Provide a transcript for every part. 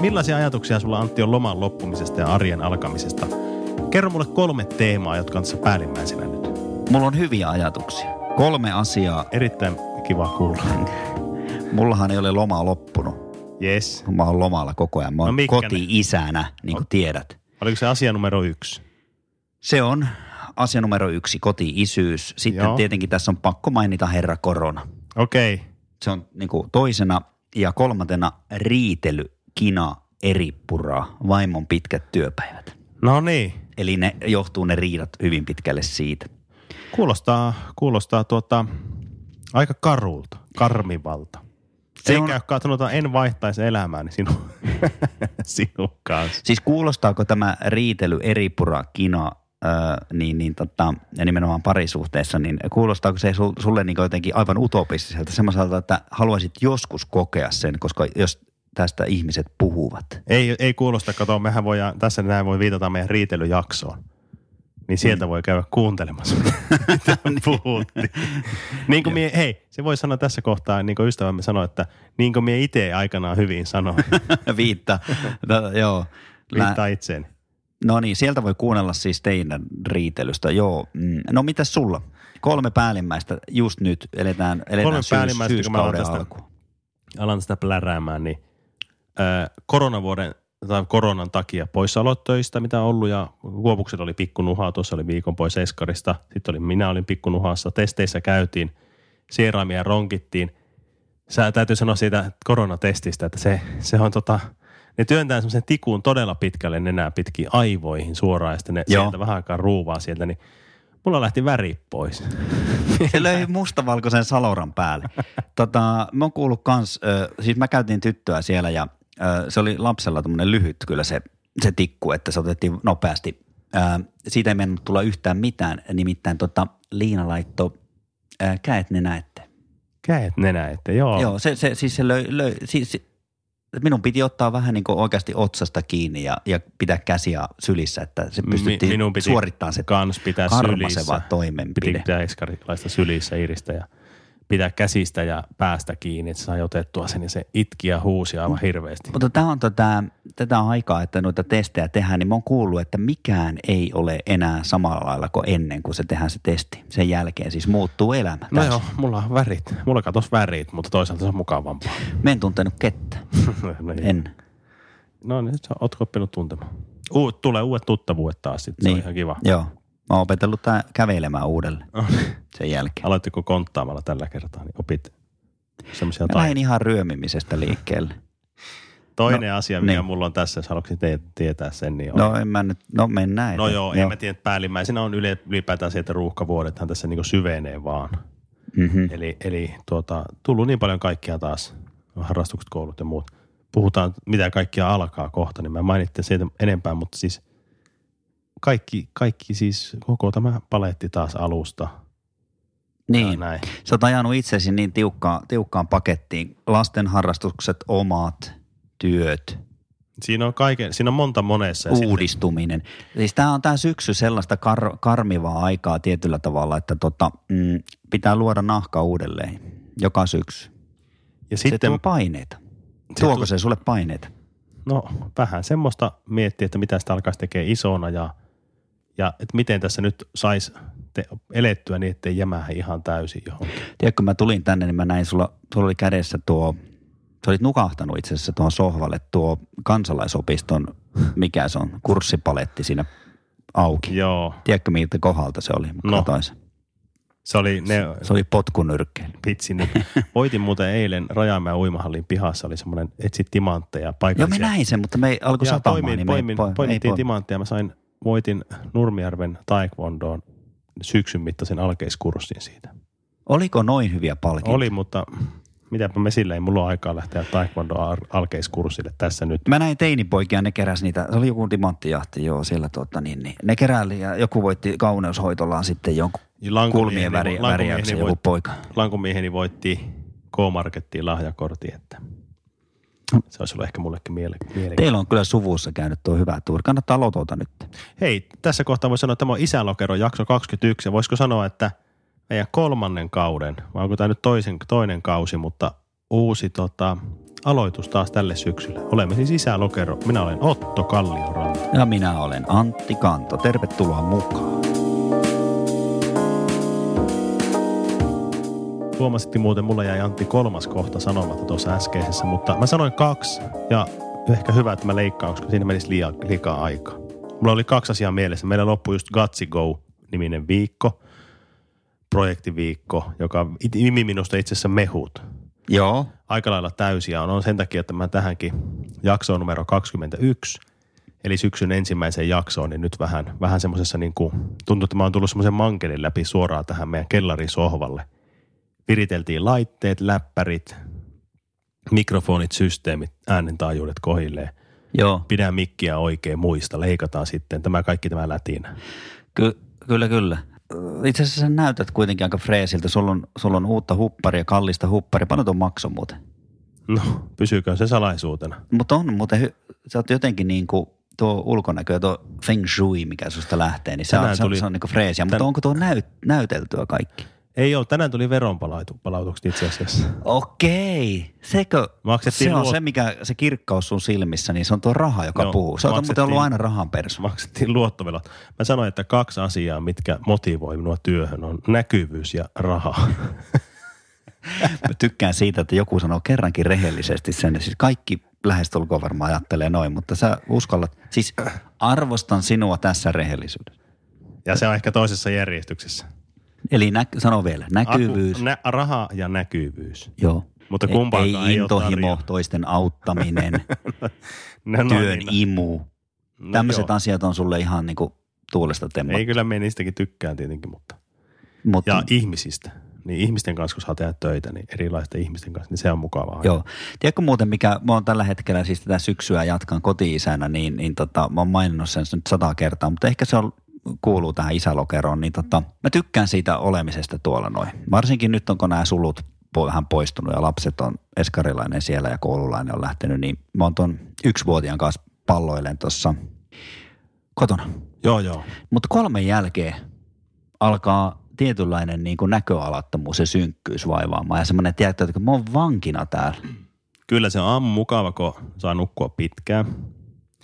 Millaisia ajatuksia sulla Antti on loman loppumisesta ja arjen alkamisesta? Kerro mulle kolme teemaa, jotka on tässä päällimmäisenä nyt. Mulla on hyviä ajatuksia. Kolme asiaa. Erittäin kiva kuulla. Mullahan ei ole lomaa loppunut. Yes. Mä oon lomalla koko ajan. Mä No oon mitkä ne? koti-isänä, niin kuin tiedät. Oliko se asia numero yksi? Se on asia numero yksi, koti-isyys. Sitten Joo. Joo. tietenkin tässä on pakko mainita herra korona. Okei. Okay. Se on niin kuin toisena ja kolmantena riitely, kina, eripuraa, vaimon pitkät työpäivät. No niin. Eli ne johtuu ne riidat hyvin pitkälle siitä. Kuulostaa, kuulostaa tuota, aika karulta, karmivalta. Se Se Eikä on- on... olekaan sanotaan, en vaihtaisi elämääni sinun, sinun kanssa. Siis kuulostaako tämä riitely, eripura, kina, öö, niin, niin tota, ja nimenomaan parisuhteessa, niin kuulostaako se sul- sulle niin jotenkin aivan utopistiselta semmoiselta, että haluaisit joskus kokea sen, koska jos tästä ihmiset puhuvat. Ei, ei kuulosta, kato, mehän voidaan, tässä näin voi viitata meidän riitelyjaksoon. Niin sieltä voi käydä kuuntelemassa, mitä puhuttiin. Niin kuin mie, hei, se voi sanoa tässä kohtaa, niin kuin ystävämme sanoi, että niin kuin mie itse aikanaan hyvin sanoin, Viittaa, Tätä- No, joo. Mä- viittaa itseeni. No niin, sieltä voi kuunnella siis teidän riitelystä, joo. Mm, No mitäs sulla? Kolme päällimmäistä just nyt eletään, eletään Kolme päällimmäistä, kun mä otan syyskauden tästä- alkuun. alan sitä pläräämään, niin ö, koronavuoden tai koronan takia poissaolot töistä, mitä on ollut, ja Kuopukset oli pikkunuhaa, tuossa oli viikon pois Eskarista, sitten oli, minä olin pikkunuhassa, testeissä käytiin, sieraimia ronkittiin. Sä, täytyy sanoa siitä koronatestistä, että se, se on tota, ne työntää semmoisen tikun todella pitkälle nenää pitkin aivoihin suoraan, ja sitten ne Joo. sieltä vähän aikaa ruuvaa sieltä, niin mulla lähti väri pois. Se löi mustavalkoisen saloran päälle. Tota, mä oon kuullut kans, ö, siis mä käytin tyttöä siellä ja ö, se oli lapsella tämmönen lyhyt kyllä se, se tikku, että se otettiin nopeasti. Ö, siitä ei mennyt tulla yhtään mitään, nimittäin tota, Liina laittoi ö, käet ne näette. Käet nenä, että joo. Oh. Joo, se, se, siis se löi, löi siis, se- minun piti ottaa vähän niin kuin oikeasti otsasta kiinni ja, ja pitää käsiä sylissä, että se pystyttiin minun piti suorittamaan se kans pitää sylissä. karmaseva Piti toimenpide. pitää ekskarilaista sylissä iristä ja pitää käsistä ja päästä kiinni, että sai otettua sen ja se itki ja huusi aivan hirveästi. Mutta tämä on tätä, tätä aikaa, että noita testejä tehdään, niin mä oon kuullut, että mikään ei ole enää samalla lailla kuin ennen, kun se tehdään se testi. Sen jälkeen siis muuttuu elämä. No joo, mulla on värit. Mulla katos värit, mutta toisaalta se on mukavampaa. Mä en tuntenut kettä. no, niin. En. no niin, sä ootko oppinut tuntemaan. Uu, tulee uudet tuttavuudet taas, sit. se Niin. on ihan kiva. Oh. Joo. Mä oon opetellut tää kävelemään uudelleen sen jälkeen. Aloitteko konttaamalla tällä kertaa, niin opit semmoisia Mä lähdin ihan ryömimisestä liikkeelle. Toinen asia, mikä niin. mulla on tässä, jos haluaisit te- tietää sen, niin on No en mä nyt, no mennään. No eteen. joo, en mä tiedä, että päällimmäisenä on yle- ylipäätään se, että ruuhkavuodethan tässä niin syvenee vaan. Mhm. Eli, eli tuota, tullut niin paljon kaikkia taas, harrastukset, koulut ja muut. Puhutaan, mitä kaikkia alkaa kohta, niin mä mainitsen siitä enempää, mutta siis kaikki, kaikki siis, koko tämä paletti taas alusta. Ja Niin. näin. Sä oot ajanut itsesi niin tiukkaan, tiukkaan pakettiin. Lasten harrastukset, omat, työt, Siinä on, kaiken, siinä on monta monessa. ja sitten- uudistuminen. Siis tämä on tämä syksy sellaista kar- karmivaa aikaa tietyllä tavalla, että tota, mm, pitää luoda nahka uudelleen joka syksy. ja Sitten, se sitten, tuo paineita. se Tuoko tuo- se sulle paineita? No vähän semmoista miettiä, että mitä sitä alkaisi tekemään isona ja, ja että miten tässä nyt saisi elettyä niin, ettei jämähä ihan täysin johonkin. Tiedätkö, mä tulin tänne, niin mä näin sulla, sulla oli kädessä tuo, sä olit nukahtanut itse asiassa tuohon sohvalle tuo kansalaisopiston, mikä se on, kurssipaletti siinä auki. Joo, Tiedätkö, miltä kohdalta se oli? No. No. se oli ne Se oli potkunyrkkeily. vitsi. Niin. Voitin muuten eilen Rajamäen uimahallin pihassa, oli semmoinen etsi timantteja Joo, me paikallisia. näin sen, mutta me ei alkoi ja satamaan. poimin, niin me ei poimin, poi- ei poimittiin poimi. timantteja. Mä sain, voitin Nurmijärven Taekwondoon syksyn mittaisen alkeiskurssin siitä. Oliko noin hyviä palkintoja? Oli, mutta mitäpä me sillä ei mulla ole aikaa lähteä Taekwondoon alkeiskurssille tässä nyt. Mä näin teinipoikia, ne keräs niitä, se oli joku timanttijahti, joo, siellä tuota niin, niin. Ne keräili ja joku voitti kauneushoitollaan sitten jonkun Niin kulmien väri, värjäyksen joku voitti, poika. lankomieheni voitti K-Markettiin lahjakortin, että se olisi ollut ehkä mullekin miele- mielenkiintoista. Teillä on kyllä suvussa käynyt tuo hyvä tuuri, kannattaa lotota nyt. Hei, tässä kohtaa voi sanoa, että tämä on Isälokeron jakso 21 ja voisiko sanoa, että meidän kolmannen kauden, vai onko tämä nyt toisen, toinen kausi, mutta uusi tota, aloitus taas tälle syksylle. Olemme siis isälokero. Minä olen Otto Kallioranta. Ja minä olen Antti Kanto. Tervetuloa mukaan. Huomasitte muuten, mulla jäi Antti kolmas kohta sanomatta tuossa äskeisessä, mutta mä sanoin kaksi ja ehkä hyvä, että mä leikkaan, koska siinä menisi liikaa, liikaa aikaa. Mulla oli kaksi asiaa mielessä. Meillä loppui just Gutsy Go-niminen viikko, projektiviikko, joka nimi minusta itse asiassa mehut. Joo. Aika lailla täysiä on, on sen takia, että mä tähänkin jaksoon numero 21, eli syksyn ensimmäiseen jaksoon, niin nyt vähän, vähän semmoisessa niin kuin, tuntuu, että mä oon tullut semmoisen mankelin läpi suoraan tähän meidän kellarin sohvalle – viriteltiin laitteet, läppärit, mikrofonit, systeemit, äänentaajuudet kohilleen. Joo. Pidä mikkiä oikein muista, leikataan sitten tämä kaikki tämä lätinä. Ky- kyllä, kyllä. Itse asiassa sä näytät kuitenkin aika freesiltä. Sulla on, sulla on uutta hupparia, kallista hupparia. Paljon on maksu muuten. No, pysyykö se salaisuutena? Mutta on muuten, hy- sä oot jotenkin niin kuin tuo ulkonäkö ja tuo feng shui, mikä susta lähtee, niin se on, Tänään se on, tuli- se on niin kuin freesiä. Mutta tän- onko tuo näyt- näyteltyä kaikki? Ei ole, tänään tuli veronpalautukset itse asiassa. Okei, sekö, Maksettiin se on luot- se, mikä se kirkkaus sun silmissä, niin se on tuo raha, joka Joo, Joo, puhuu. Se on muuten maksettiin- ollut aina rahan persu. Maksettiin luottovelat. Mä sanoin, että kaksi asiaa, mitkä motivoi minua työhön, on näkyvyys ja raha. Mä tykkään siitä, että joku sanoo kerrankin rehellisesti sen. Siis kaikki lähestulkoon varmaan ajattelee noin, mutta sä uskallat. Siis arvostan sinua tässä rehellisyydessä. Ja se on ehkä toisessa järjestyksessä. Eli nä- sano vielä, näkyvyys. Aku, nä, raha ja näkyvyys. Joo. Mutta Ei- kumpaakaan ei ei ole intohimo, tarjolla. toisten auttaminen, No, no työn niin. imu. No Tämmöiset joo. asiat on sulle ihan niinku tuulesta temmat. Ei kyllä me niistäkin tykkään tietenkin, mutta. Mutta, Ja ihmisistä. Niin ihmisten kanssa, kun saa tehdä töitä, niin erilaisten ihmisten kanssa, niin se on mukavaa. Joo. Tiedätkö muuten, mikä mä oon tällä hetkellä siis tätä syksyä jatkan kotiisänä, niin, niin tota, mä oon maininnut sen nyt sata kertaa, mutta ehkä se on, kuuluu tähän isälokeroon, niin tota, mä tykkään siitä olemisesta tuolla noin. Varsinkin nyt onko nämä sulut po- vähän poistunut ja lapset on eskarilainen siellä ja koululainen on lähtenyt, niin mä oon ton yksivuotiaan kanssa palloilen tuossa kotona. joo. joo. Mutta kolmen jälkeen alkaa tietynlainen niin kuin näköalattomuus ja synkkyys vaivaamaan. Ja semmoinen, tiedätkö, että mä oon vankina täällä. Kyllä se on aamu mukava, kun saa nukkua pitkään.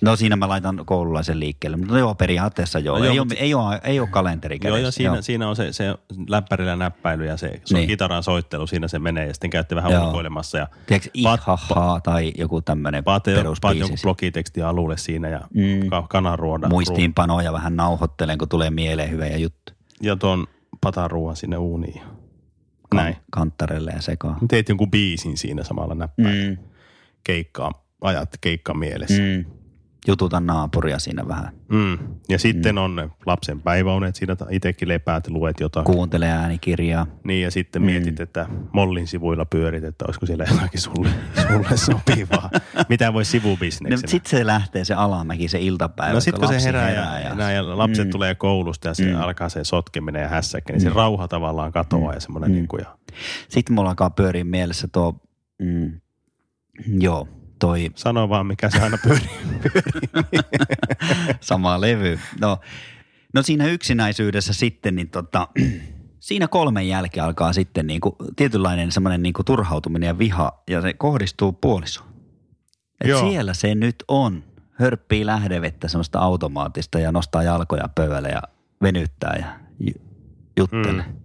No siinä mä laitan koululaisen liikkeelle, mutta joo, periaatteessa joo. No No joo, ei, mut- ole, ei, ole, ei ole kalenteri joo, kädessä. ja siinä, siinä on se, se läppärillä näppäily ja se, se on Niin. kitaran soittelu, siinä se menee ja sitten käytte vähän Joo. ulkoilemassa ja Tiedätkö, Pat- ihahaa tai joku tämmöinen paate, paate perusbiisi. jonkun blogiteksti alulle siinä ja Mm. mm. kananruoda. Muistiinpanoja vähän nauhoittelen, kun tulee mieleen hyvä ja juttu. Ja tuon pataruuan sinne uuniin. Kan- Näin. Kanttarelle ja sekaan. Teet jonkun biisin siinä samalla näppäin. Mm. Mm, Keikkaa, ajat keikka mielessä. mm. Jututa naapuria siinä vähän. Mm. Ja sitten mm. on ne lapsen päiväunet, siinä ta- itsekin lepäät, luet jotain. Ku- Kuuntele äänikirjaa. niin, ja sitten mm. mietit, että Mollin sivuilla pyörit, että olisiko siellä jotakin sulle, sulle sopivaa. Mitä voi No, sivubisneksenä? sitten se lähtee se alamäki, se iltapäivä. No sitten kun se lapsi herää, herää ja, ja, ja lapset mm. tulee koulusta ja se mm. alkaa se sotkeminen ja hässäkkä, niin se rauha tavallaan katoaa mm. ja semmoinen mm. niin kuin, ja Sitten mulla alkaa pyöriä mielessä tuo, mm, joo, toi sano vaan mikä se aina pyörii. Sama levy. No, no siinä yksinäisyydessä sitten, niin tota, siinä kolmen jälkeen alkaa sitten niin kuin, tietynlainen semmoinen niin kuin turhautuminen ja viha, ja se kohdistuu puolisoon. Et Joo. siellä se nyt on. Hörppii lähdevettä semmoista automaattista ja nostaa jalkoja pöydälle ja venyttää ja ju- juttelee. Mm.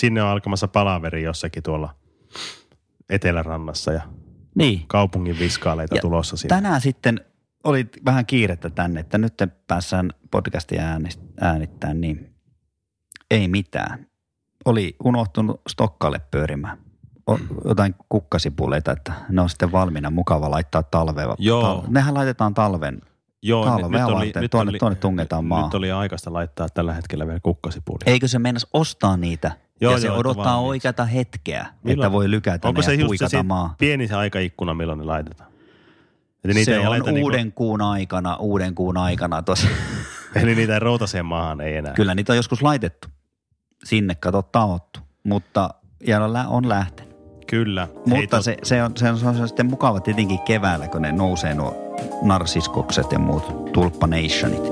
Sinne on alkamassa palaveri jossakin tuolla etelärannassa ja Niin. kaupungin viskaaleita ja Ja tulossa sinne. Tänään sitten oli vähän kiirettä tänne, että nyt päässään podcastia äänist- äänittämään, niin ei mitään. Oli unohtunut stokkalle pyörimään. O- jotain kukkasipuleita, että ne on sitten valmiina mukava laittaa talveen. Joo. nehän laitetaan talven. Joo, Talvea varten. Tuonne- tuonne tungetaan nyt, maahan. Nyt oli aikaista laittaa tällä hetkellä vielä kukkasipuli. Eikö se mennä ostaa niitä? Joo, Joo, ja se joo, että odottaa valmiiksi. oikeata hetkeä, Milloin- että voi lykätä Onko ne se ja just se puikata si- maa. pieni se aikaikkuna, milloin ne laitetaan? Eli niin niitä se ei on laiteta uuden Niinku, kuun aikana, uuden kuun aikana tuossa. eli niitä ei routaseen maahan ei enää. Kyllä niitä on joskus laitettu. Sinne kato taottu, mutta ja on lä- on lähtenyt. Kyllä. Ei Mutta tot- se, se, on, se, on, se on sitten mukava tietenkin keväällä, kun ne nousee nuo narsiskokset ja muut tulppanationit.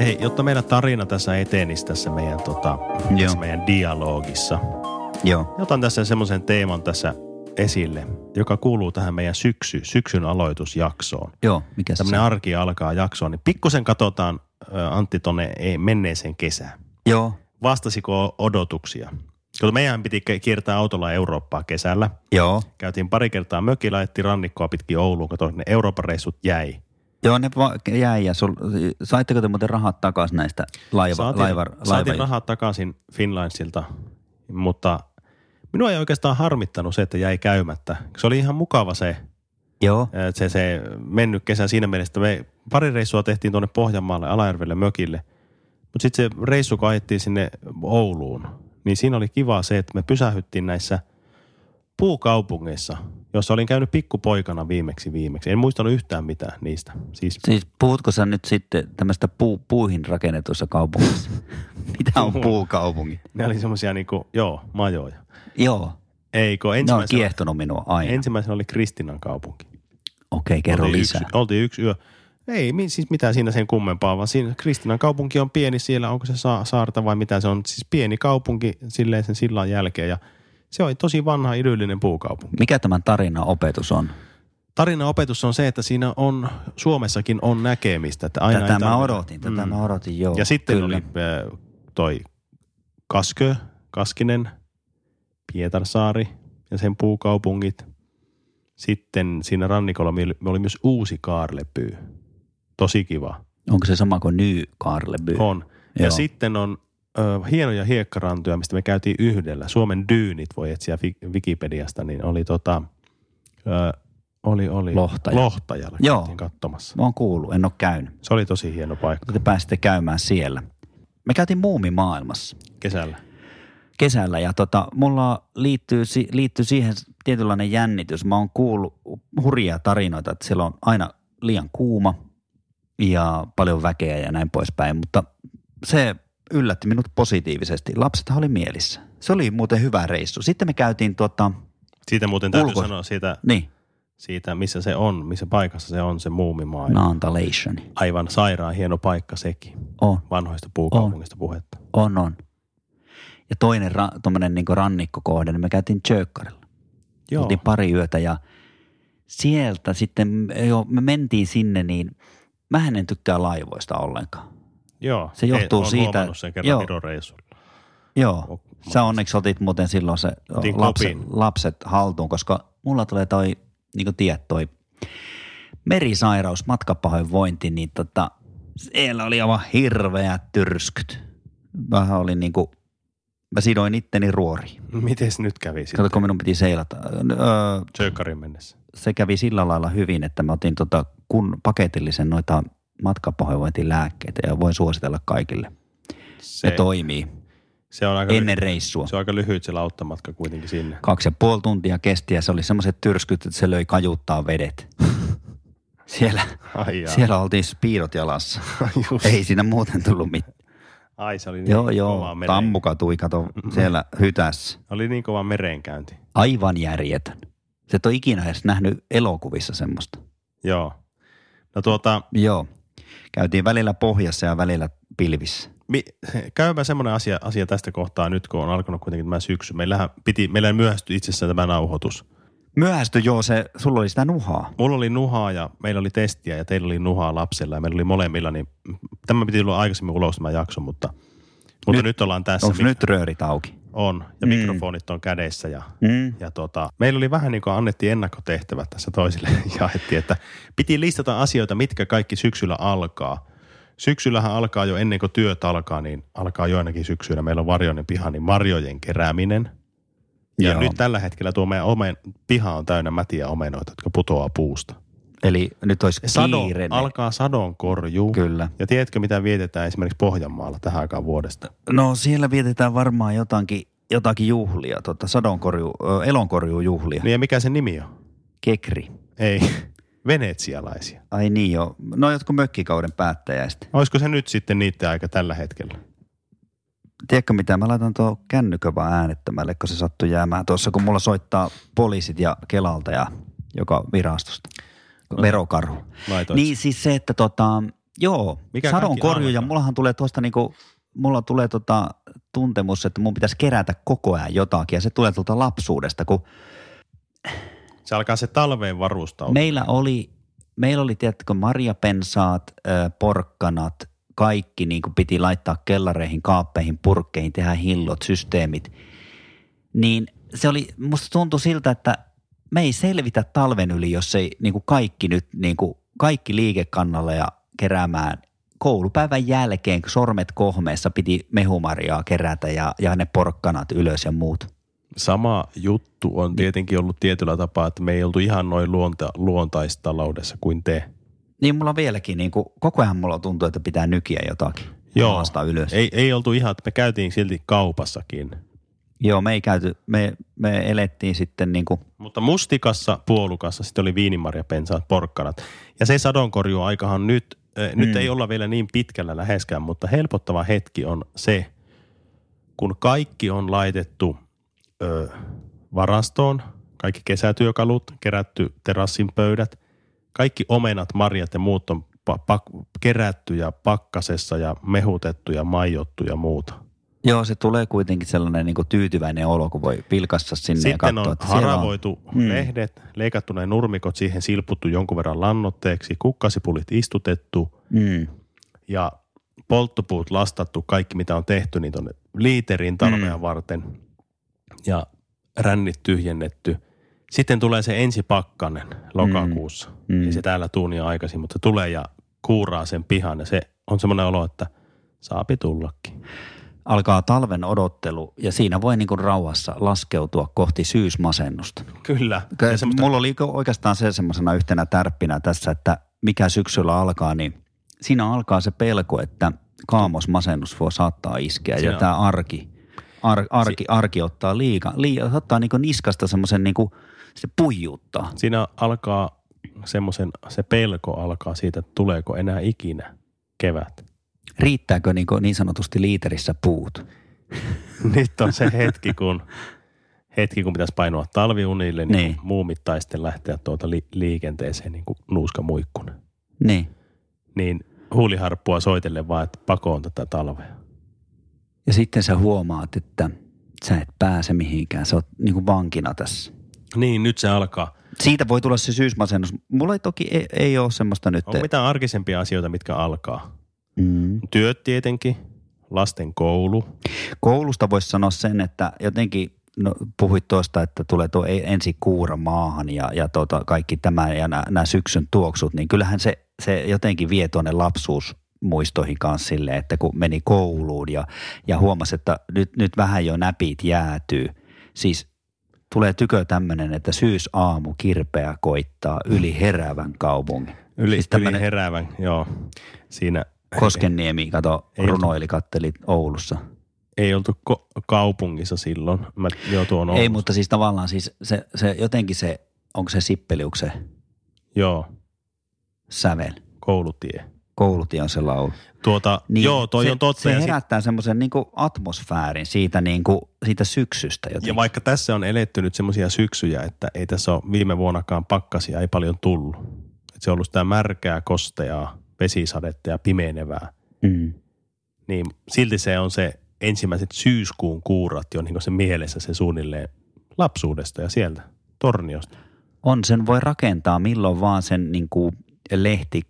Hei, jotta meidän tarina tässä etenisi tässä meidän, tota, tässä Joo. meidän dialogissa, Joo. Ja Otan tässä semmoisen teeman tässä esille, joka kuuluu tähän meidän syksy, syksyn aloitusjaksoon. Joo, mikä se Tämmöinen on? arki alkaa jaksoon, niin pikkusen katsotaan ö, Antti tonne ei, menneeseen kesään. Joo, Vastasiko odotuksia? Kun meidän piti ke- kiertää autolla Eurooppaa kesällä. joo. Käytiin pari kertaa mökillä, ajettiin rannikkoa pitkin Ouluun, katsoin, ne Euroopan reissut jäi. Joo, ne va- jäi ja sul, saitteko te muuten rahat takaisin näistä laiva, Saatiin, laiva, saatiin laiva, rahat takaisin Finlinesilta, mutta minua ei oikeastaan harmittanut se, että jäi käymättä. Se oli ihan mukava se Joo, se, se mennyt kesä siinä mielessä, että me pari reissua tehtiin tuonne Pohjanmaalle Alajärvelle mökille. Mutta sitten se reissu, kun ajettiin sinne Ouluun, niin siinä oli kiva se, että me pysähyttiin näissä puukaupungeissa, jossa olin käynyt pikkupoikana viimeksi viimeksi. En muistanut yhtään mitään niistä. Siis siis puhutko sä nyt sitten tämmöistä puu, puihin rakennetussa kaupungissa? Mitä on puukaupunki? ne oli semmoisia niinku, joo, majoja. Joo, Eikö, ne on ensimmäisenä, kiehtonut minua aina. ensimmäisenä oli Kristinan kaupunki. Okei, kerro oltiin lisää. Yksi, oltiin yksi yö. Ei mi- siis mitään siinä sen kummempaa, vaan siinä Kristinan kaupunki on pieni siellä, onko se sa- saarta vai mitä se on. Siis pieni kaupunki silleen sen sillan jälkeen ja se oli tosi vanha idyllinen puukaupunki. Mikä tämän tarinan opetus on? Tarinan opetus on se, että siinä on, Suomessakin on näkemistä. Että aina ei tätä mä tarvitse- Mm. odotin, tätä mä odotin, joo. Ja sitten kyllä. oli äh, toi Kaskö, Kaskinen, Pietarsaari ja sen puukaupungit. Sitten siinä rannikolla meillä- me oli myös uusi Kaarlepyy. Tosi kiva. Onko se sama kuin New Karleby? On. Ja Joo. sitten on ö, hienoja hiekkarantoja, mistä me käytiin yhdellä. Suomen dyynit voi etsiä Fi- Wikipediasta, niin oli tota, ö, oli, oli. Lohtaja. Lohtajalla Joo. käytiin katsomassa. Mä oon kuullut, en ole käynyt. Se oli tosi hieno paikka Te pääsitte käymään siellä. Me käytiin muumimaailmassa kesällä. kesällä ja tota, mulla liittyy, si- liittyy siihen tietynlainen jännitys. Mä oon kuullut hurjia tarinoita, että siellä on aina liian kuuma ja paljon väkeä ja näin poispäin, mutta se yllätti minut positiivisesti. Lapsethan oli mielissä. Se oli muuten hyvä reissu. Sitten me käytiin tota, Siitä muuten täytyy Ulko- sanoa siitä, niin, siitä, missä se on, missä paikassa se on, se muumimaailma. No. Naantalation. Aivan sairaan hieno paikka sekin. On. Vanhoista puukaupungista puhetta. On, on. Ja toinen ra- tommonen niinku rannikkokohde, niin me käytiin Tjökkarilla. Joo. Oltiin pari yötä ja sieltä sitten, jo, me mentiin sinne, niin mä en tykkää laivoista ollenkaan. Joo. se johtuu Ei, siitä- Olen sen kerran Joo. Viron reissulla. Joo. Ok, Sä onneksi otit muuten silloin se Otin lapset, kopin. lapset haltuun, koska mulla tulee toi, niin kuin tiedät, toi merisairaus, matkapahoinvointi, niin tota, siellä oli aivan hirveät tyrskyt. Vähän oli niin kuin, mä sidoin itteni ruoriin. Mites nyt kävi sitten Kato, kun minun piti seilata. Öö, Tjökkärin mennessä? se kävi sillä lailla hyvin, että mä otin tota, kun paketillisen noita matkapahoinvointilääkkeitä ja voin suositella kaikille. Se, Se, ne toimii se on aika ennen reissua. Se on aika lyhyt se lauttamatka kuitenkin sinne. Kaksi ja puoli tuntia kesti ja se oli semmoiset tyrskyt, että se löi kajuuttaa vedet. Siellä, Ai, jaa. siellä oltiin spiirot jalassa. Just. Ei siinä muuten tullut mitään. Ai se oli niin Joo, kova joo. mereen. Tammukatui, kato, siellä hytässä. Oli niin kova mereenkäynti. Aivan järjetön. Se et ole ikinä edes nähnyt elokuvissa semmoista. Joo. No tuota, Joo. Käytiin välillä pohjassa ja välillä pilvissä. mi, käymään semmoinen asia, asia tästä kohtaa nyt, kun on alkanut kuitenkin tämä syksy. Meillähän piti, meillä myöhästyi itse asiassa tämä nauhoitus. Myöhästy, joo, se, sulla oli sitä nuhaa. Mulla oli nuhaa ja meillä oli testiä ja teillä oli nuhaa lapsella ja meillä oli molemmilla, niin tämä piti tulla aikaisemmin ulos tämä jakso, mutta, mutta nyt, nyt ollaan tässä. Onko Mik- nyt röörit auki? On, ja Mm. mikrofonit on kädessä ja Mm. Ja tota, meillä oli vähän niin kuin annettiin ennakkotehtävät tässä toisille jaettiin, että piti listata asioita, mitkä kaikki syksyllä alkaa. Syksyllähän alkaa jo ennen kuin työt alkaa, niin alkaa joinakin syksyillä. Meillä on varjoinen piha, niin marjojen kerääminen. Ja Joo. Joo. nyt tällä hetkellä tuo meidän omen, piha on täynnä mätiä omenoita, jotka putoaa puusta. Eli nyt olisi Ja Sado, kiire. alkaa sadon korjuu. Kyllä. Ja tiedätkö, mitä vietetään esimerkiksi Pohjanmaalla tähän aikaan vuodesta? No siellä vietetään varmaan jotakin, jotakin juhlia, tota, sadonkorju, ö, elonkorjujuhlia. Niin. Niin ja mikä se nimi on? Kekri. Ei, venetsialaisia. Ai niin joo. No jotkut mökkikauden päättäjäiset. Olisiko se nyt sitten niiden aika tällä hetkellä? Tiedätkö mitä, mä laitan tuo kännykön vaan äänettömälle, kun se sattui jäämään tuossa, kun mulla soittaa poliisit ja Kelalta ja joka virastosta. No. Verokarhu. Laitoit Niin siis se, että tota, joo, Mikä Mikä sadon kaikki korju ja alkaa? mullahan tulee tuosta niinku, mulla tulee tota tuntemus, että mun pitäisi kerätä koko ajan jotakin ja se tulee tuolta lapsuudesta, kun Se alkaa se talveen varustautua. meillä oli, meillä oli tiedätkö, marjapensaat, ö, porkkanat, kaikki niin kuin piti laittaa kellareihin, kaappeihin, purkkeihin, tehdä hillot, systeemit. Niin se oli, musta tuntui siltä, että me ei selvitä talven yli, jos ei niin kuin kaikki nyt, niin kuin kaikki liikekannalle ja keräämään koulupäivän jälkeen, kun sormet kohmeessa piti mehumarjaa kerätä ja, ja ne porkkanat ylös ja muut. Sama juttu Niin. on tietenkin ollut tietyllä tapaa, että me ei oltu ihan noin luonta, luontaistaloudessa kuin te. Niin mulla vieläkin, niin kuin, koko ajan mulla tuntuu, että pitää nykiä jotakin. Joo, Haastaa ylös. ei, ei oltu ihan, että me käytiin silti kaupassakin. Joo, me ei käyty, me, me elettiin sitten niin kuin, Mutta mustikassa, puolukassa, sitten oli viinimarjapensaat, porkkanat. Ja se sadonkorjuaikahan nyt, äh, nyt ei olla vielä niin pitkällä läheskään, mutta helpottava hetki on se, kun kaikki on laitettu ö, varastoon, kaikki kesätyökalut, kerätty terassin pöydät, kaikki omenat, marjat ja muut on pa- pak- kerätty ja pakkasessa ja mehutettu ja maijottu ja muuta. joo se tulee kuitenkin sellainen niin kuin tyytyväinen olo, kun voi vilkassa sinne ja Sitten katsoa, on Mm. että siellä on. haravoitu lehdet, leikattu ne nurmikot, siihen silputtu jonkun verran lannoitteeksi, kukkasipulit istutettu Mm. ja polttopuut lastattu, kaikki mitä on tehty, niin tuonne liiterin talvea varten ja rännit tyhjennetty. Sitten tulee se ensi pakkanen lokakuussa. Mm. Ei se täällä tuunia aikaisin, mutta se tulee ja kuuraa sen pihan ja se on semmoinen olo, että saapi tullakin. Alkaa talven odottelu ja siinä voi niin kuin rauhassa laskeutua kohti syysmasennusta. Kyllä. Ja Ja semmoista- Mulla oli oikeastaan se semmoisena yhtenä tärppinä tässä, että mikä syksyllä alkaa, niin siinä alkaa se pelko, että kaamosmasennus voi saattaa iskeä Siinä ja on- tämä arki, ar, arki, arki ottaa liika, liika ottaa niinku niskasta semmoisen niinku, se puijuuttaa. siinä alkaa semmoisen, se pelko alkaa siitä, että tuleeko enää ikinä kevät. Riittääkö niinku niin sanotusti liiterissä puut? Nyt on se hetki, kun, hetki, kun pitäisi painoa talviunille, niin, Niin. niin. muumit tai sitten lähteä tuolta li, liikenteeseen niin kuin nuuskamuikkuna. Niin. Niin huuliharppua soitelle vaan, että pakoon tätä talvea. Ja sitten sä huomaat, että sä et pääse mihinkään, sä oot niinku vankina tässä. Niin, nyt se alkaa. Siitä voi tulla se syysmasennus. Mulla ei toki ei, ei ole semmoista nyt. On mitään arkisempia asioita, mitkä alkaa. Mm. Työt tietenkin, lasten koulu. Koulusta voisi sanoa sen, että jotenkin no, puhuit tuosta, että tulee tuo e- ensi kuura maahan ja, ja tuota, kaikki tämä ja nämä syksyn tuoksut, niin kyllähän se, se jotenkin vie tuonne lapsuusmuistoihin kanssa silleen, että kun meni kouluun ja, ja huomasi, että nyt, nyt vähän jo näpit jäätyy. Siis tulee tykö tämmöinen, että syysaamu kirpeä koittaa yli heräävän kaupungin. Yli, siis siis yli heräävän, joo. Siinä Koskenniemi, kato, Ei- runoili kattelit Oulussa. ei oltu ko- kaupungissa silloin. Mä, joo, tuo on Ei, Oulussa. mutta siis tavallaan siis se, se jotenkin se, onko se sippeliuksen Joo, sävel? koulutie. Koulutie on se laulu. Tuota, niin, joo, toi se, on totta. Se ja, sit, herättää semmoisen niinku atmosfäärin siitä, niinku, siitä syksystä jotenkin. ja vaikka tässä on eletty nyt semmoisia syksyjä, että ei tässä ole viime vuonnakaan pakkasia, ei paljon tullut. Et se on ollut sitä märkää, kosteaa, vesisadetta ja pimenevää. mm. Niin silti se on se ensimmäiset syyskuun kuurat jo niin se mielessä se suunnilleen lapsuudesta ja sieltä, torniosta. On, sen voi rakentaa milloin vaan sen niinku lehti,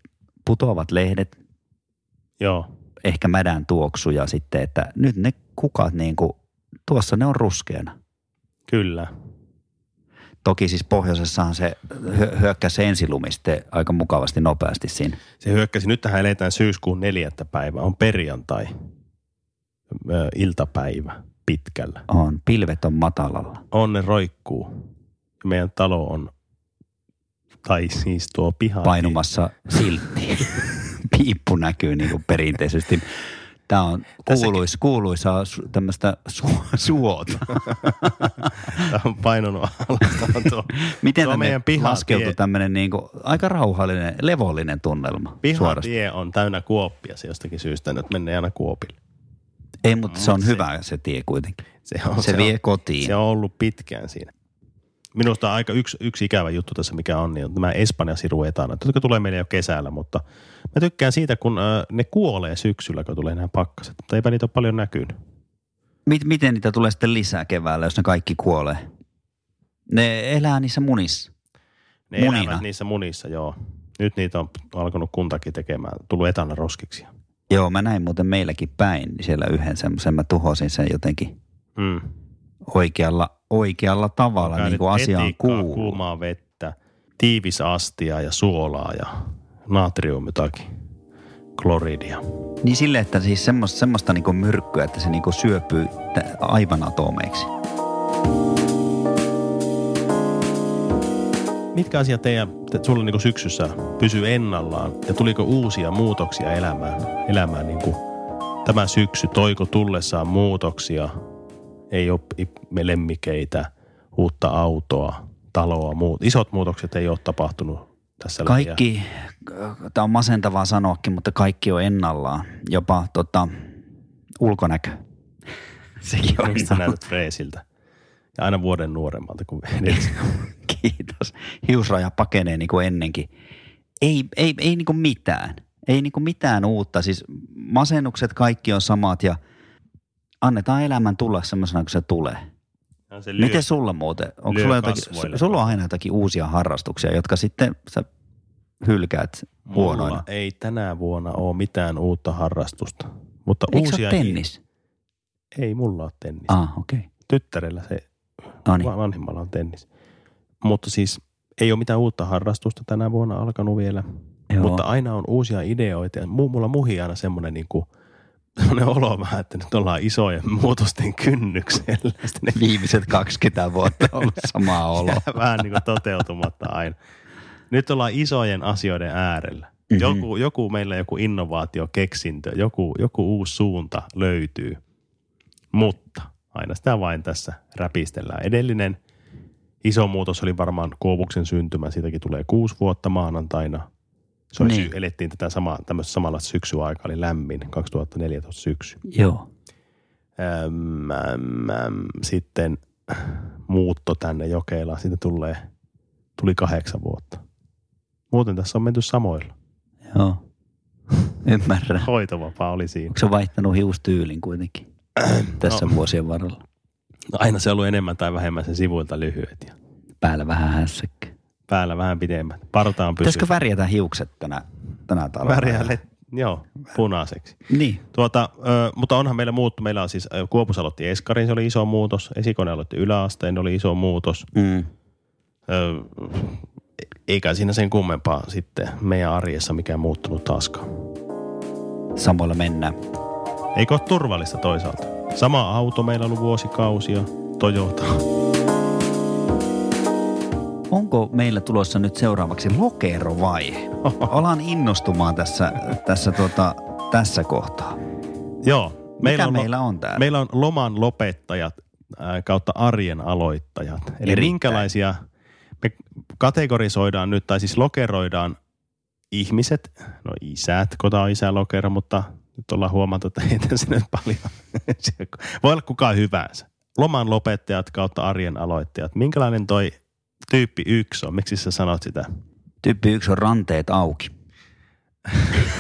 putoavat lehdet, Joo. ehkä mädän tuoksu ja sitten, että nyt ne kukat niinku, tuossa ne on ruskeana. Kyllä. Toki siis pohjoisessahan se hyö- hyökkäsi se ensilumi sitten aika mukavasti nopeasti siinä. Se hyökkäsi. Nyt tähän eletään syyskuun neljättä päivä. On perjantai. Ö, iltapäivä pitkällä. On, pilvet on matalalla. onne roikkuu. Ja Meidän talo on, tai siis tuo piha. painumassa silttiin. Piippu näkyy niin kuin perinteisesti. Tämä on Tässäkin- kuuluis, kuuluisaa su, tämmöistä su, suota. Tämä on painunut alas. Tämä on tuo, Miten tuo tänne meidän pihatie. laskeutui tämmöinen niin kuin, aika rauhallinen, levollinen tunnelma suorastaan? pihatie on täynnä kuoppia se jostakin syystä. Nyt menee aina kuopille. Ei, mutta se on hyvä se tie kuitenkin. Se, on, Se vie kotiin. Se on ollut pitkään siinä. Minusta on aika yksi, yksi ikävä juttu tässä, mikä on, niin on tämä Espanjan siru etana, jotka tulee meille jo kesällä, mutta mä tykkään siitä, kun ö, ne kuolee syksyllä, kun tulee nämä pakkaset, mutta eipä niitä ole paljon näkynyt. mit, miten niitä tulee sitten lisää keväällä, jos ne kaikki kuolee? Ne elää niissä munissa. Ne Munina. elävät niissä munissa, joo. Nyt niitä on alkanut kuntakin tekemään, tullut etana roskiksi. Joo, mä näin muuten meilläkin päin niin siellä yhden semmoisen, mä tuhosin sen jotenkin Mm. oikealla, oikealla tavalla, niin kuin asiaan etiikkaa, kuuluu. kuumaa vettä, tiivisastia ja suolaa ja natrium jotakin, kloridia. Niin sille, että siis semmoista, semmoista niinku myrkkyä, että se niinku syöpyy tä- aivan atomeiksi. Mitkä asiat teidän, te, sulla niin syksyssä pysyy ennallaan ja tuliko uusia muutoksia elämään, elämään niin kuin tämä syksy, toiko tullessaan muutoksia, ei ole ip- me lemmikeitä, uutta autoa, taloa, muut. isot muutokset ei ole tapahtunut tässä lähiä- Kaikki, tämä on masentavaa sanoakin, mutta kaikki on ennallaan. Jopa tota, ulkonäkö. Sekin on Miksi sä ennallaan. näytät freesiltä? Ja aina vuoden nuoremmalta kuin edellisen. Kiitos. Hiusraja pakenee niin kuin ennenkin. Ei, ei, ei niin kuin mitään. Ei niin kuin mitään uutta. Siis masennukset kaikki on samat ja annetaan elämän tulla semmoisena kuin se tulee. Ja se lyö. Miten sulla muuten? Onko lyö sulla, jotakin, kasvoille. su- sulla on aina jotakin uusia harrastuksia, jotka sitten sä hylkäät Mulla huonoina. ei tänä vuonna ole mitään uutta harrastusta. Mutta Eikö se uusia ole tennis? Ei mulla ole tennis. Ah. Ah, okei. Tyttärellä se No niin. Noniin. vanhimmalla on tennis. Mutta siis ei ole mitään uutta harrastusta tänä vuonna alkanut vielä. Joo. Mutta aina on uusia ideoita. Ja mu- mulla muhi aina semmoinen niinku, semmoinen olo vähän, että nyt ollaan isojen muutosten kynnyksellä. Sitten ne Viimeiset 20 vuotta on ollut sama olo. jää vähän niin kuin toteutumatta aina. Nyt ollaan isojen asioiden äärellä. Mhm. Joku, joku meillä joku innovaatio, keksintö, joku, joku uusi suunta löytyy. Mutta aina sitä vain tässä räpistellään. Edellinen iso muutos oli varmaan Koovuksen syntymä. Siitäkin tulee kuusi vuotta maanantaina. Se oli Niin. niin. elettiin tätä samaa, tämmöistä samalla syksyaikaa, eli lämmin 2014 syksy. Joo. Äm, äm, äm, sitten muutto tänne Jokelaan, siitä tulee, tuli kahdeksan vuotta. Muuten tässä on menty samoilla. Joo. Ymmärrän. Hoitovapaa oli siinä. Onko se vaihtanut hiustyylin kuitenkin tässä no. vuosien varrella? No aina se on ollut enemmän tai vähemmän sen sivuilta lyhyet ja Päällä vähän hässäkkä. päällä vähän pidemmät. Parta on Pitäisikö pysynyt. värjätä hiukset tänä, tänä talvena? Väriälle, joo, punaiseksi. Niin. Tuota, ö, mutta onhan meillä muuttu. Meillä on siis, ö, Kuopus aloitti Eskarin, se oli iso muutos. Esikone aloitti yläasteen, oli iso muutos. Mm. Ö, eikä siinä sen kummempaa sitten meidän arjessa mikään muuttunut taaskaan. Samoilla mennään. Eikö ole turvallista toisaalta? Sama auto meillä on ollut vuosikausia, Toyota. Onko meillä tulossa nyt seuraavaksi lokerovaihe? Oh. Ollaan innostumaan tässä, tässä, tota, tässä kohtaa. Joo. Meillä Mitä lo- meillä on täällä? meillä on loman lopettajat ää, kautta arjen aloittajat. Eli Erittäin. minkälaisia me kategorisoidaan nyt, tai siis lokeroidaan ihmiset, no isät, kota on isä lokero, mutta nyt ollaan huomattu, että ei tässä nyt paljon. Voi olla kuka hyvänsä. Loman lopettajat kautta arjen aloittajat. Minkälainen toi tyyppi yksi on? Miksi sä sanot sitä? Tyyppi yksi on ranteet auki.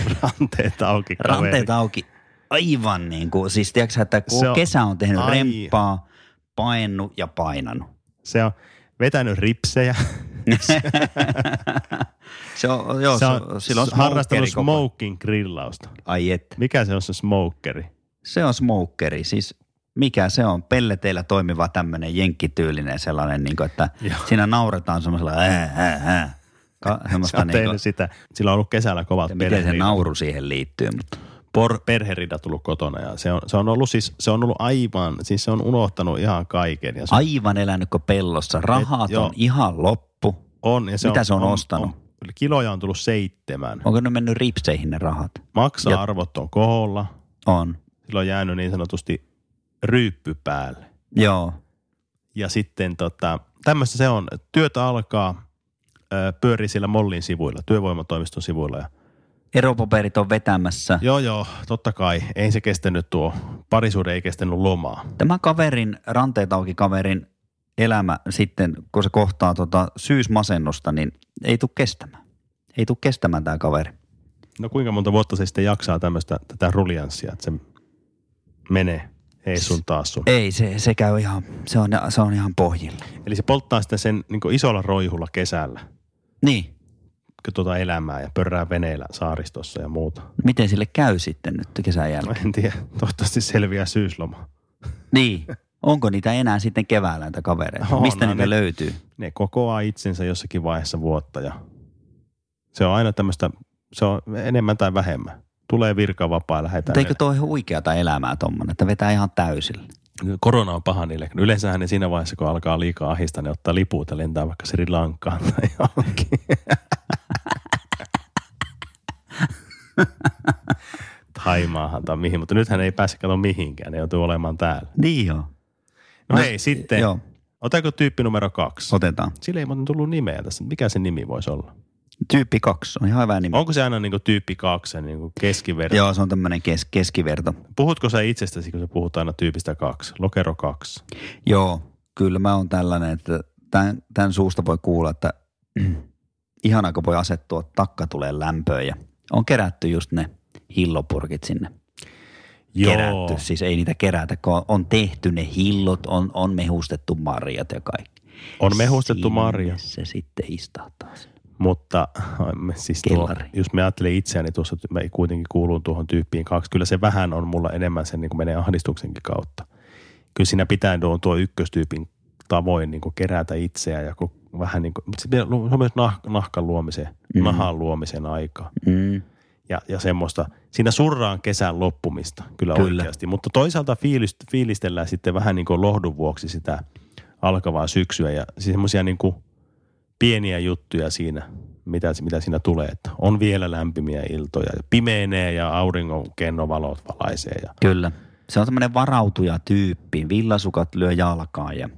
No Ranteet auki. kaveri. Ranteet auki aivan niin kuin, siis tiedätkö sä, että kun Se on on, kesä on tehnyt aivan- aivan. remppaa, painut ja painanut. Se on vetänyt ripsejä. Se on, joo, se se on, on, silloin on harrastanut smokeri koko- smoking grillausta. Ai et. Mikä se on se smokeri? Se on smokeri, siis mikä se on? Pelleteillä toimiva tämmöinen jenkkityylinen sellainen, niin kuin, että Joo. siinä nauretaan semmoisella äh, äh, äh. Ka- Se on semmoista niin tehnyt kuin, sitä. Sillä on ollut kesällä kovat ja miten se perheridat. nauru siihen liittyy, mutta Por, perherida tullut kotona ja se on, se on ollut siis, se on ollut aivan, siis se on unohtanut ihan kaiken. Ja se aivan elänytkö pellossa. Rahat joo. on ihan loppu. on, ja se Mitä on, se on ostanut? On, kiloja on tullut seitsemän. Onko ne mennyt ripseihin ne rahat? Maksa-arvot on koholla. On. Sillä on jäänyt niin sanotusti ryyppy päälle. Joo. Ja sitten tota, tämmöistä se on. Työtä alkaa, ö, pyörii siellä Mollin sivuilla, työvoimatoimiston sivuilla. Ja, Eropaperit on vetämässä. joo, joo, totta kai. Ei se kestänyt tuo, parisuuden ei kestänyt lomaa. Tämä kaverin, ranteet auki kaverin elämä sitten, kun se kohtaa tota syysmasennusta, niin ei tule kestämään. Ei tule kestämään tämä kaveri. No kuinka monta vuotta se sitten jaksaa tämmöistä, tätä ruljanssia, että se menee. Ei sun taas sun. Ei, se, se käy ihan, se on, se on ihan pohjilla. Eli se polttaa sitä sen niin isolla roihulla kesällä Niin, tuota elämää ja pörrää veneellä saaristossa ja muuta. miten sille käy sitten nyt kesän No jälkeen? en tiedä, toivottavasti selviää syysloma. Niin, onko niitä enää sitten keväällä näitä kavereita? On, Mistä on niitä ne. löytyy? Ne kokoaa itsensä jossakin vaiheessa vuotta ja se on aina tämmöistä, se on enemmän tai vähemmän. Tulee virkavapaa ja Mutta lähdetään. eikö toi ihan huikeata elämää tommonen, että vetää ihan täysillä? Korona on paha niille. No Yleensähän ne siinä vaiheessa, kun alkaa liikaa ahistaa, ne ottaa liput ja lentää vaikka Sri Lankaan tai johonkin. Taimaahan tai mihin, mutta nythän ei pääse kato mihinkään, ne joutuu olemaan täällä. Niin joo. No, hei, sitten. Joo, Otetaanko tyyppi numero kaksi? otetaan. Sillä ei muuten tullut nimeä tässä. Mikä se nimi voisi olla? Tyyppi kaksi on ihan hyvä nimi. Onko se aina niin tyyppi kaksi, niin keskiverto? Joo, se on tämmöinen kes, keskiverto. Puhutko sä itsestäsi, kun sä puhut aina tyypistä kaksi? Lokero kaksi. Joo, kyllä mä oon tällainen, että tämän, tämän suusta voi kuulla, että ihana, kun voi asettua takka tulee lämpöön ja on kerätty just ne hillopurkit sinne. Kerätty, siis ei niitä kerätä, kun on- on tehty ne hillot, on, on mehustettu marjat ja kaikki. On mehustettu Sinne marja. Se sitten istahtaa sinne. Mutta siis tuo, Kellari. jos mä ajattelen itseäni tuossa, että mä kuitenkin kuulun tuohon tyyppiin kaksi, kyllä se vähän on mulla enemmän sen niin kuin menee ahdistuksenkin kautta. Kyllä siinä pitää tuon tuo ykköstyypin tavoin niin kuin kerätä itseä ja kun vähän niin kuin, mutta sitten se on myös nah, nahkan luomisen, mm. nahan luomisen aika Mm. ja, ja semmoista. Siinä surraan kesän loppumista kyllä, Kyllä. kyllä. oikeasti, mutta toisaalta fiilist, fiilistellään sitten vähän niin kuin lohdun vuoksi sitä alkavaa syksyä ja siis semmoisia niin kuin pieniä juttuja siinä, mitä, mitä siinä tulee, että on vielä lämpimiä iltoja, ja pimeenee ja auringon kennovalot valaisee ja Kyllä. Se on semmoinen varautuja tyyppi. Villasukat lyö jalkaan ja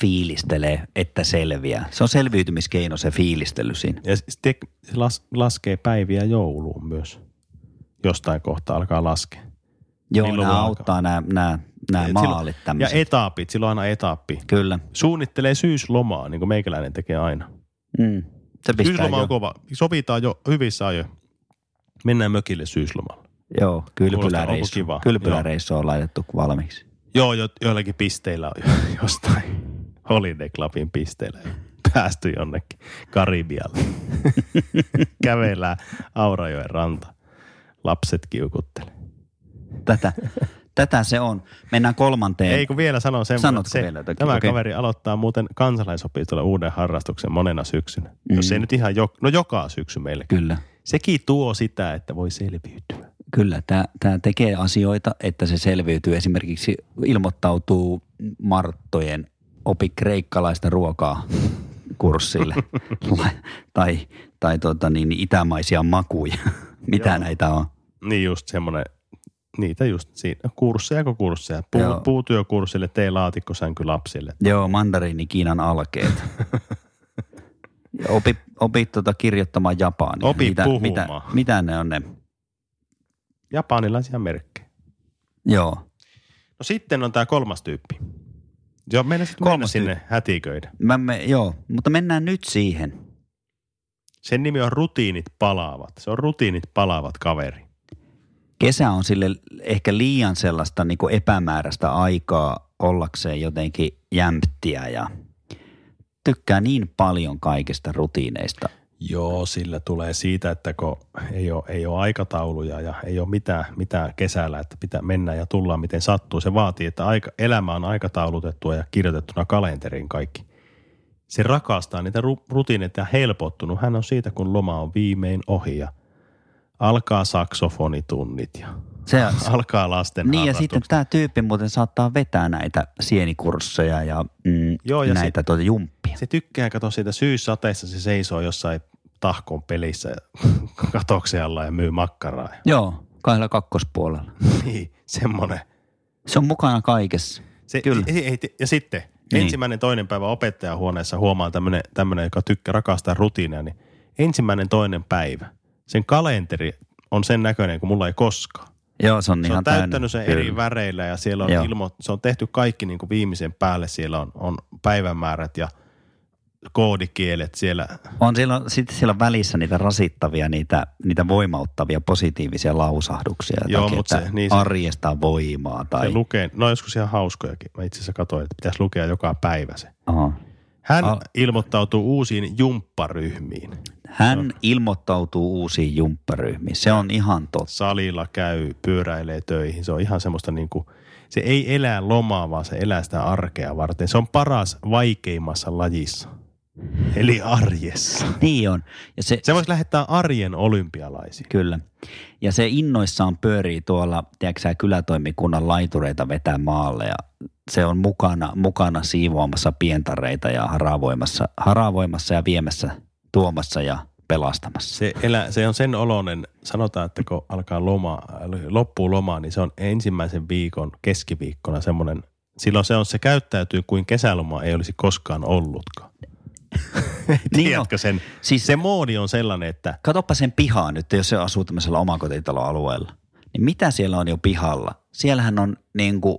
fiilistelee, että selviää. Se on selviytymiskeino se fiilistely siinä. Ja sitten se las, laskee päiviä jouluun myös. Jostain kohtaa alkaa laskea. Joo, Milloin nämä voi auttaa nämä, nämä, nämä Et maalit Ja tämmöiset. etapit, silloin aina etappi. Kyllä. Suunnittelee syyslomaa, niin kuin meikäläinen tekee aina. Mm. Se pistää Syysloma jo. on kova. Sovitaan jo hyvissä ajoin. Mennään mökille syyslomalla. Joo, onko kylpyläreissu. kiva? Kylpyläreissu on laitettu valmiiksi. Joo, jo, joillakin pisteillä on jo- jostain. Holiday Clubin pisteillä on päästy jonnekin Karibialle. Kävellään Aurajoen ranta. Lapset kiukuttelee. Tätä, tätä se on. Mennään kolmanteen. Ei kun vielä sanon sen, Sanotko että se, vielä jotakin? tämä Okei. okay. kaveri aloittaa muuten kansalaisopistolla uuden harrastuksen monena syksynä. Mm. Jos ei nyt ihan, jo, no joka syksy meille. Kyllä. Sekin tuo sitä, että voi selviytyä. Kyllä, tämä, tämä tekee asioita, että se selviytyy. Esimerkiksi ilmoittautuu Marttojen opi kreikkalaista ruokaa kurssille La- tai, tai tota niin, itämaisia makuja. Mitä Joo. näitä on? Niin just semmoinen, niitä just siinä, no kursseja kuin kursseja. Puu, Joo. puutyökurssille, tee laatikkosänky lapsille. Joo, mandariini Kiinan alkeet. Ja opi, opi tota kirjoittamaan japania. Opi mitä, puhumaan. mitä ne on ne? Japanilaisia merkkejä. Joo. No sitten on tämä kolmas tyyppi. Joo, meillä sitten mennä Kolmas sinne hätiköidä. Mä me, joo, mutta mennään nyt siihen. Sen nimi on rutiinit palaavat. Se on rutiinit palaavat kaveri. kesä on sille ehkä liian sellaista niin kuin epämääräistä aikaa ollakseen jotenkin jämptiä ja tykkää niin paljon kaikista rutiineista. Joo, sillä tulee siitä, että kun ei ole, ei ole aikatauluja ja ei ole mitään, mitään kesällä, että pitää mennä ja tulla miten sattuu. Se vaatii, että aika, elämä on aikataulutettua ja kirjoitettuna kalenteriin kaikki. Se rakastaa niitä ru- rutiineita ja helpottunut. Hän on siitä, kun loma on viimein ohi ja alkaa saksofonitunnit ja Se, alkaa lasten niin ja harrastukset. sitten tämä tyyppi muuten saattaa vetää näitä sienikursseja ja, mm, Joo, ja näitä tuota jumppia. Se tykkää, kato siitä syyssateessa, se seisoo jossain tahkon pelissä ja katoksella ja myy makkaraa. Joo, kahdella kakkospuolella. Niin, semmoinen. Se on mukana kaikessa. Se, Kyllä. Kyllä. Ei, ei, ja sitten Niin. niin. ensimmäinen toinen päivä opettajahuoneessa huomaa tämmöinen, tämmönen, joka tykkää rakastaa rutiinia, niin ensimmäinen toinen päivä. Sen kalenteri on sen näköinen kuin mulla ei koskaan. Joo, se on Se ihan on täyttänyt sen täynnä. eri Kyllä. väreillä ja siellä on Joo. ilmo, se on tehty kaikki niin kuin viimeisen päälle. Siellä on, on päivämäärät ja koodikielet siellä. On siellä, sit siellä on välissä niitä rasittavia, niitä, niitä voimauttavia positiivisia lausahduksia. Joo, jotakin, mut se- että niin se- Arjesta on voimaa Se tai... Lu- lukee, no joskus ihan hauskojakin. Mä itse asiassa katsoin, että pitäisi lukea joka päivä se. Hän Al- ilmoittautuu uusiin jumpparyhmiin. Hän ilmoittautuu uusiin jumpparyhmiin. Se on ihan totta. Salilla käy, pyöräilee töihin. Se on ihan semmoista niin kuin, se ei elä lomaa, vaan se elää sitä arkea varten. Se on paras vaikeimmassa lajissa, eli arjessa. Niin on. Ja se, Se voisi lähettää arjen olympialaisiin. Kyllä. Ja se innoissaan pyörii tuolla, tiedätkö sä, kylätoimikunnan laitureita vetää maalle ja se on mukana, mukana siivoamassa pientareita ja haravoimassa, haravoimassa ja viemässä, tuomassa ja pelastamassa. Se, elä, se on sen oloinen, sanotaan, että kun alkaa loma, loppuu loma, niin se on ensimmäisen viikon keskiviikkona semmoinen, silloin se on, se käyttäytyy kuin kesäloma ei olisi koskaan ollutkaan. Niin on. Tiedätkö sen? Siis Se moodi on sellainen, että katoppa sen pihaa nyt, jos se asuu tämmöisellä omakotitaloalueella. Niin mitä siellä on jo pihalla? Siellähän on niin kuin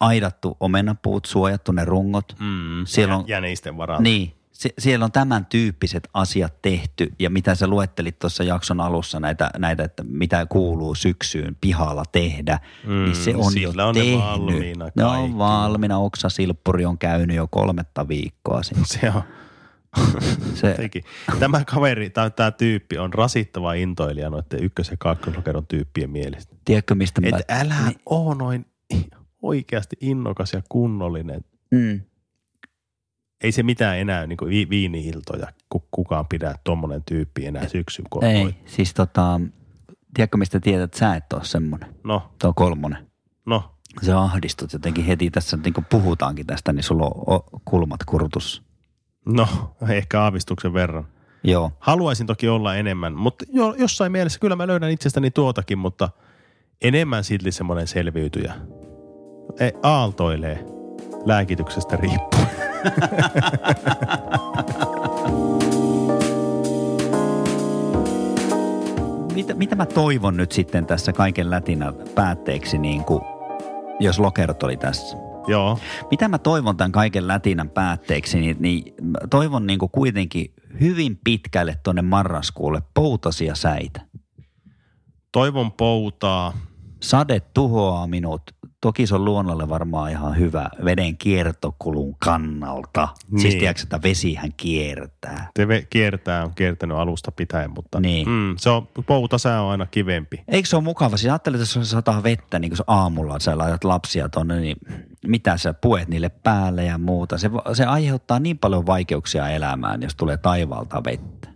aidattu omenapuut, suojattu ne rungot. mm, Siellä on- jänisten varaan. Niin, se, siellä on tämän tyyppiset asiat tehty ja mitä sä luettelit tuossa jakson alussa näitä, näitä, että mitä kuuluu syksyyn pihalla tehdä, mm, niin se on sillä jo on ne tehnyt. valmiina ne kaikki. on valmiina, oksasilppuri on käynyt jo kolmetta viikkoa sitten. Se on Se, teki. Tämä kaveri, tai tämä tyyppi on rasittava intoilija noiden ykkös- ja kakkoslokeron tyyppien mielestä. tiedätkö mistä mä... niin. Et älä oo noin oikeasti innokas ja kunnollinen. Mm. Ei se mitään enää niin vi- viini-iltoja ku- kukaan pidä tuommoinen tyyppi enää syksyn kun on Ei, noin. siis tota, tiedätkö mistä tiedät, että sä et ole semmonen, No, tuo kolmonen. no, Sä ahdistut jotenkin heti tässä, niin kun puhutaankin tästä, niin sulla on o- kulmat kurtussa. no, ehkä aavistuksen verran. Joo. Haluaisin toki olla enemmän, mutta jo, jossain mielessä kyllä mä löydän itsestäni tuotakin, mutta enemmän silti semmoinen selviytyjä. E, aaltoilee lääkityksestä riippuen. Mitä, mitä mä toivon nyt sitten tässä kaiken lätinän päätteeksi, niin kuin, jos lokerot oli tässä? Joo, Mitä mä toivon tämän kaiken lätinän päätteeksi, niin, niin mä toivon niin kuin kuitenkin hyvin pitkälle tuonne marraskuulle poutasia säitä. toivon poutaa. Sade tuhoaa minut. Toki se on luonnolle varmaan ihan hyvä veden kiertokulun kannalta. Niin. Siis Niin. tiedätkö, että vesihän kiertää. TV kiertää on kiertänyt alusta pitäen, mutta Niin. mm, se on, poutasää on aina kivempi. Eikö se ole mukava? Siis ajattelet, että jos sataa vettä, niin kun sä aamulla sä laitat lapsia tonne, niin mitä sä puet niille päälle ja muuta. Se, va- se aiheuttaa niin paljon vaikeuksia elämään, jos tulee taivaalta vettä.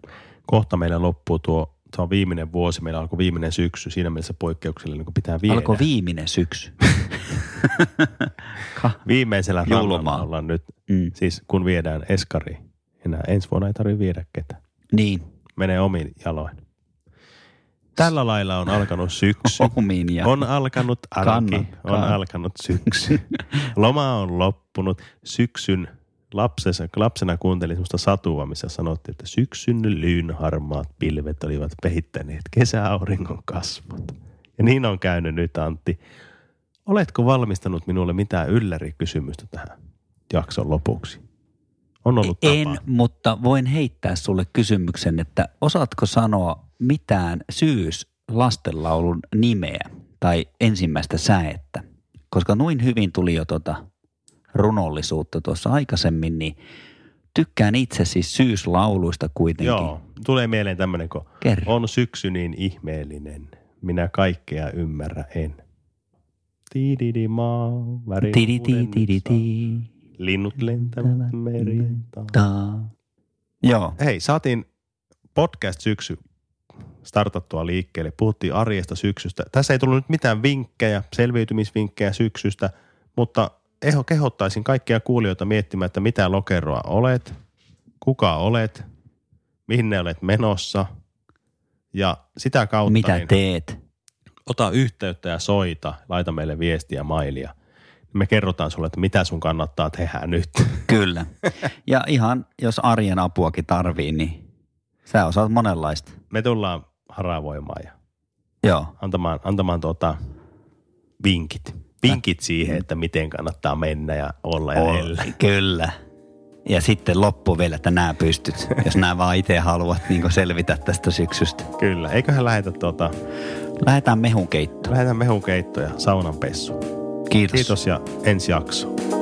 Kohta meillä loppuu tuo, se on viimeinen vuosi, meillä alkoi viimeinen syksy, siinä mielessä poikkeuksellinen, niin kun pitää viedä. Alkoi viimeinen syksy. Viimeisellä rannalla Julmaa. ollaan nyt, Mm. siis kun viedään eskari. Enää ensi vuonna ei tarvitse viedä ketään. Niin, menee omin jaloin. Tällä lailla on alkanut syksy. omiin ja On alkanut arki, Kannan, on kannan. alkanut syksy. Loma on loppunut. Syksyn lapsessa, lapsena kuuntelin sellaista satua, missä sanottiin, että syksyn lyyn harmaat pilvet olivat peittäneet kesäauringon kasvot. Ja niin on käynyt nyt, Antti. Oletko valmistanut minulle mitään yllärikysymystä tähän jakson lopuksi? On ollut E-, en, tapa. mutta voin heittää sulle kysymyksen, että osaatko sanoa mitään syys lastenlaulun nimeä tai ensimmäistä säettä? Koska noin hyvin tuli jo tuota runollisuutta tuossa aikaisemmin, niin tykkään itse siis syyslauluista kuitenkin. Joo, tulee mieleen tämmöinen, kun Kerro. On syksy niin ihmeellinen, minä kaikkea ymmärrä en. Tiididi maa, väri Tidi, tidi, tidi, tidi, Linnut lentävät merien taa. taa. Joo, Hei, saatiin podcast syksy startattua liikkeelle. Puhuttiin arjesta syksystä. Tässä ei tullut nyt mitään vinkkejä, selviytymisvinkkejä syksystä, mutta eho kehottaisin kaikkia kuulijoita miettimään, että mitä lokeroa olet, kuka olet, minne olet menossa ja sitä kautta mitä niin, teet? ota yhteyttä ja soita, laita meille viestiä, mailia. Me kerrotaan sulle, että mitä sun kannattaa tehdä nyt. Kyllä. Ja ihan, jos arjen apuakin tarvii, niin sä osaat monenlaista. Me tullaan haravoimaan ja Joo. antamaan, antamaan tuota vinkit. Vinkit siihen, että miten kannattaa mennä ja olla ja Ol- elää. Kyllä. Ja sitten loppu vielä, että nämä pystyt, jos nämä vaan itse haluat niin selvitä tästä syksystä. Kyllä, eiköhän lähetä tuota, Lähdetään mehun keittoon. lähetä mehunkeitto ja saunan pessu. Kiitos. Kiitos ja ensi jakso.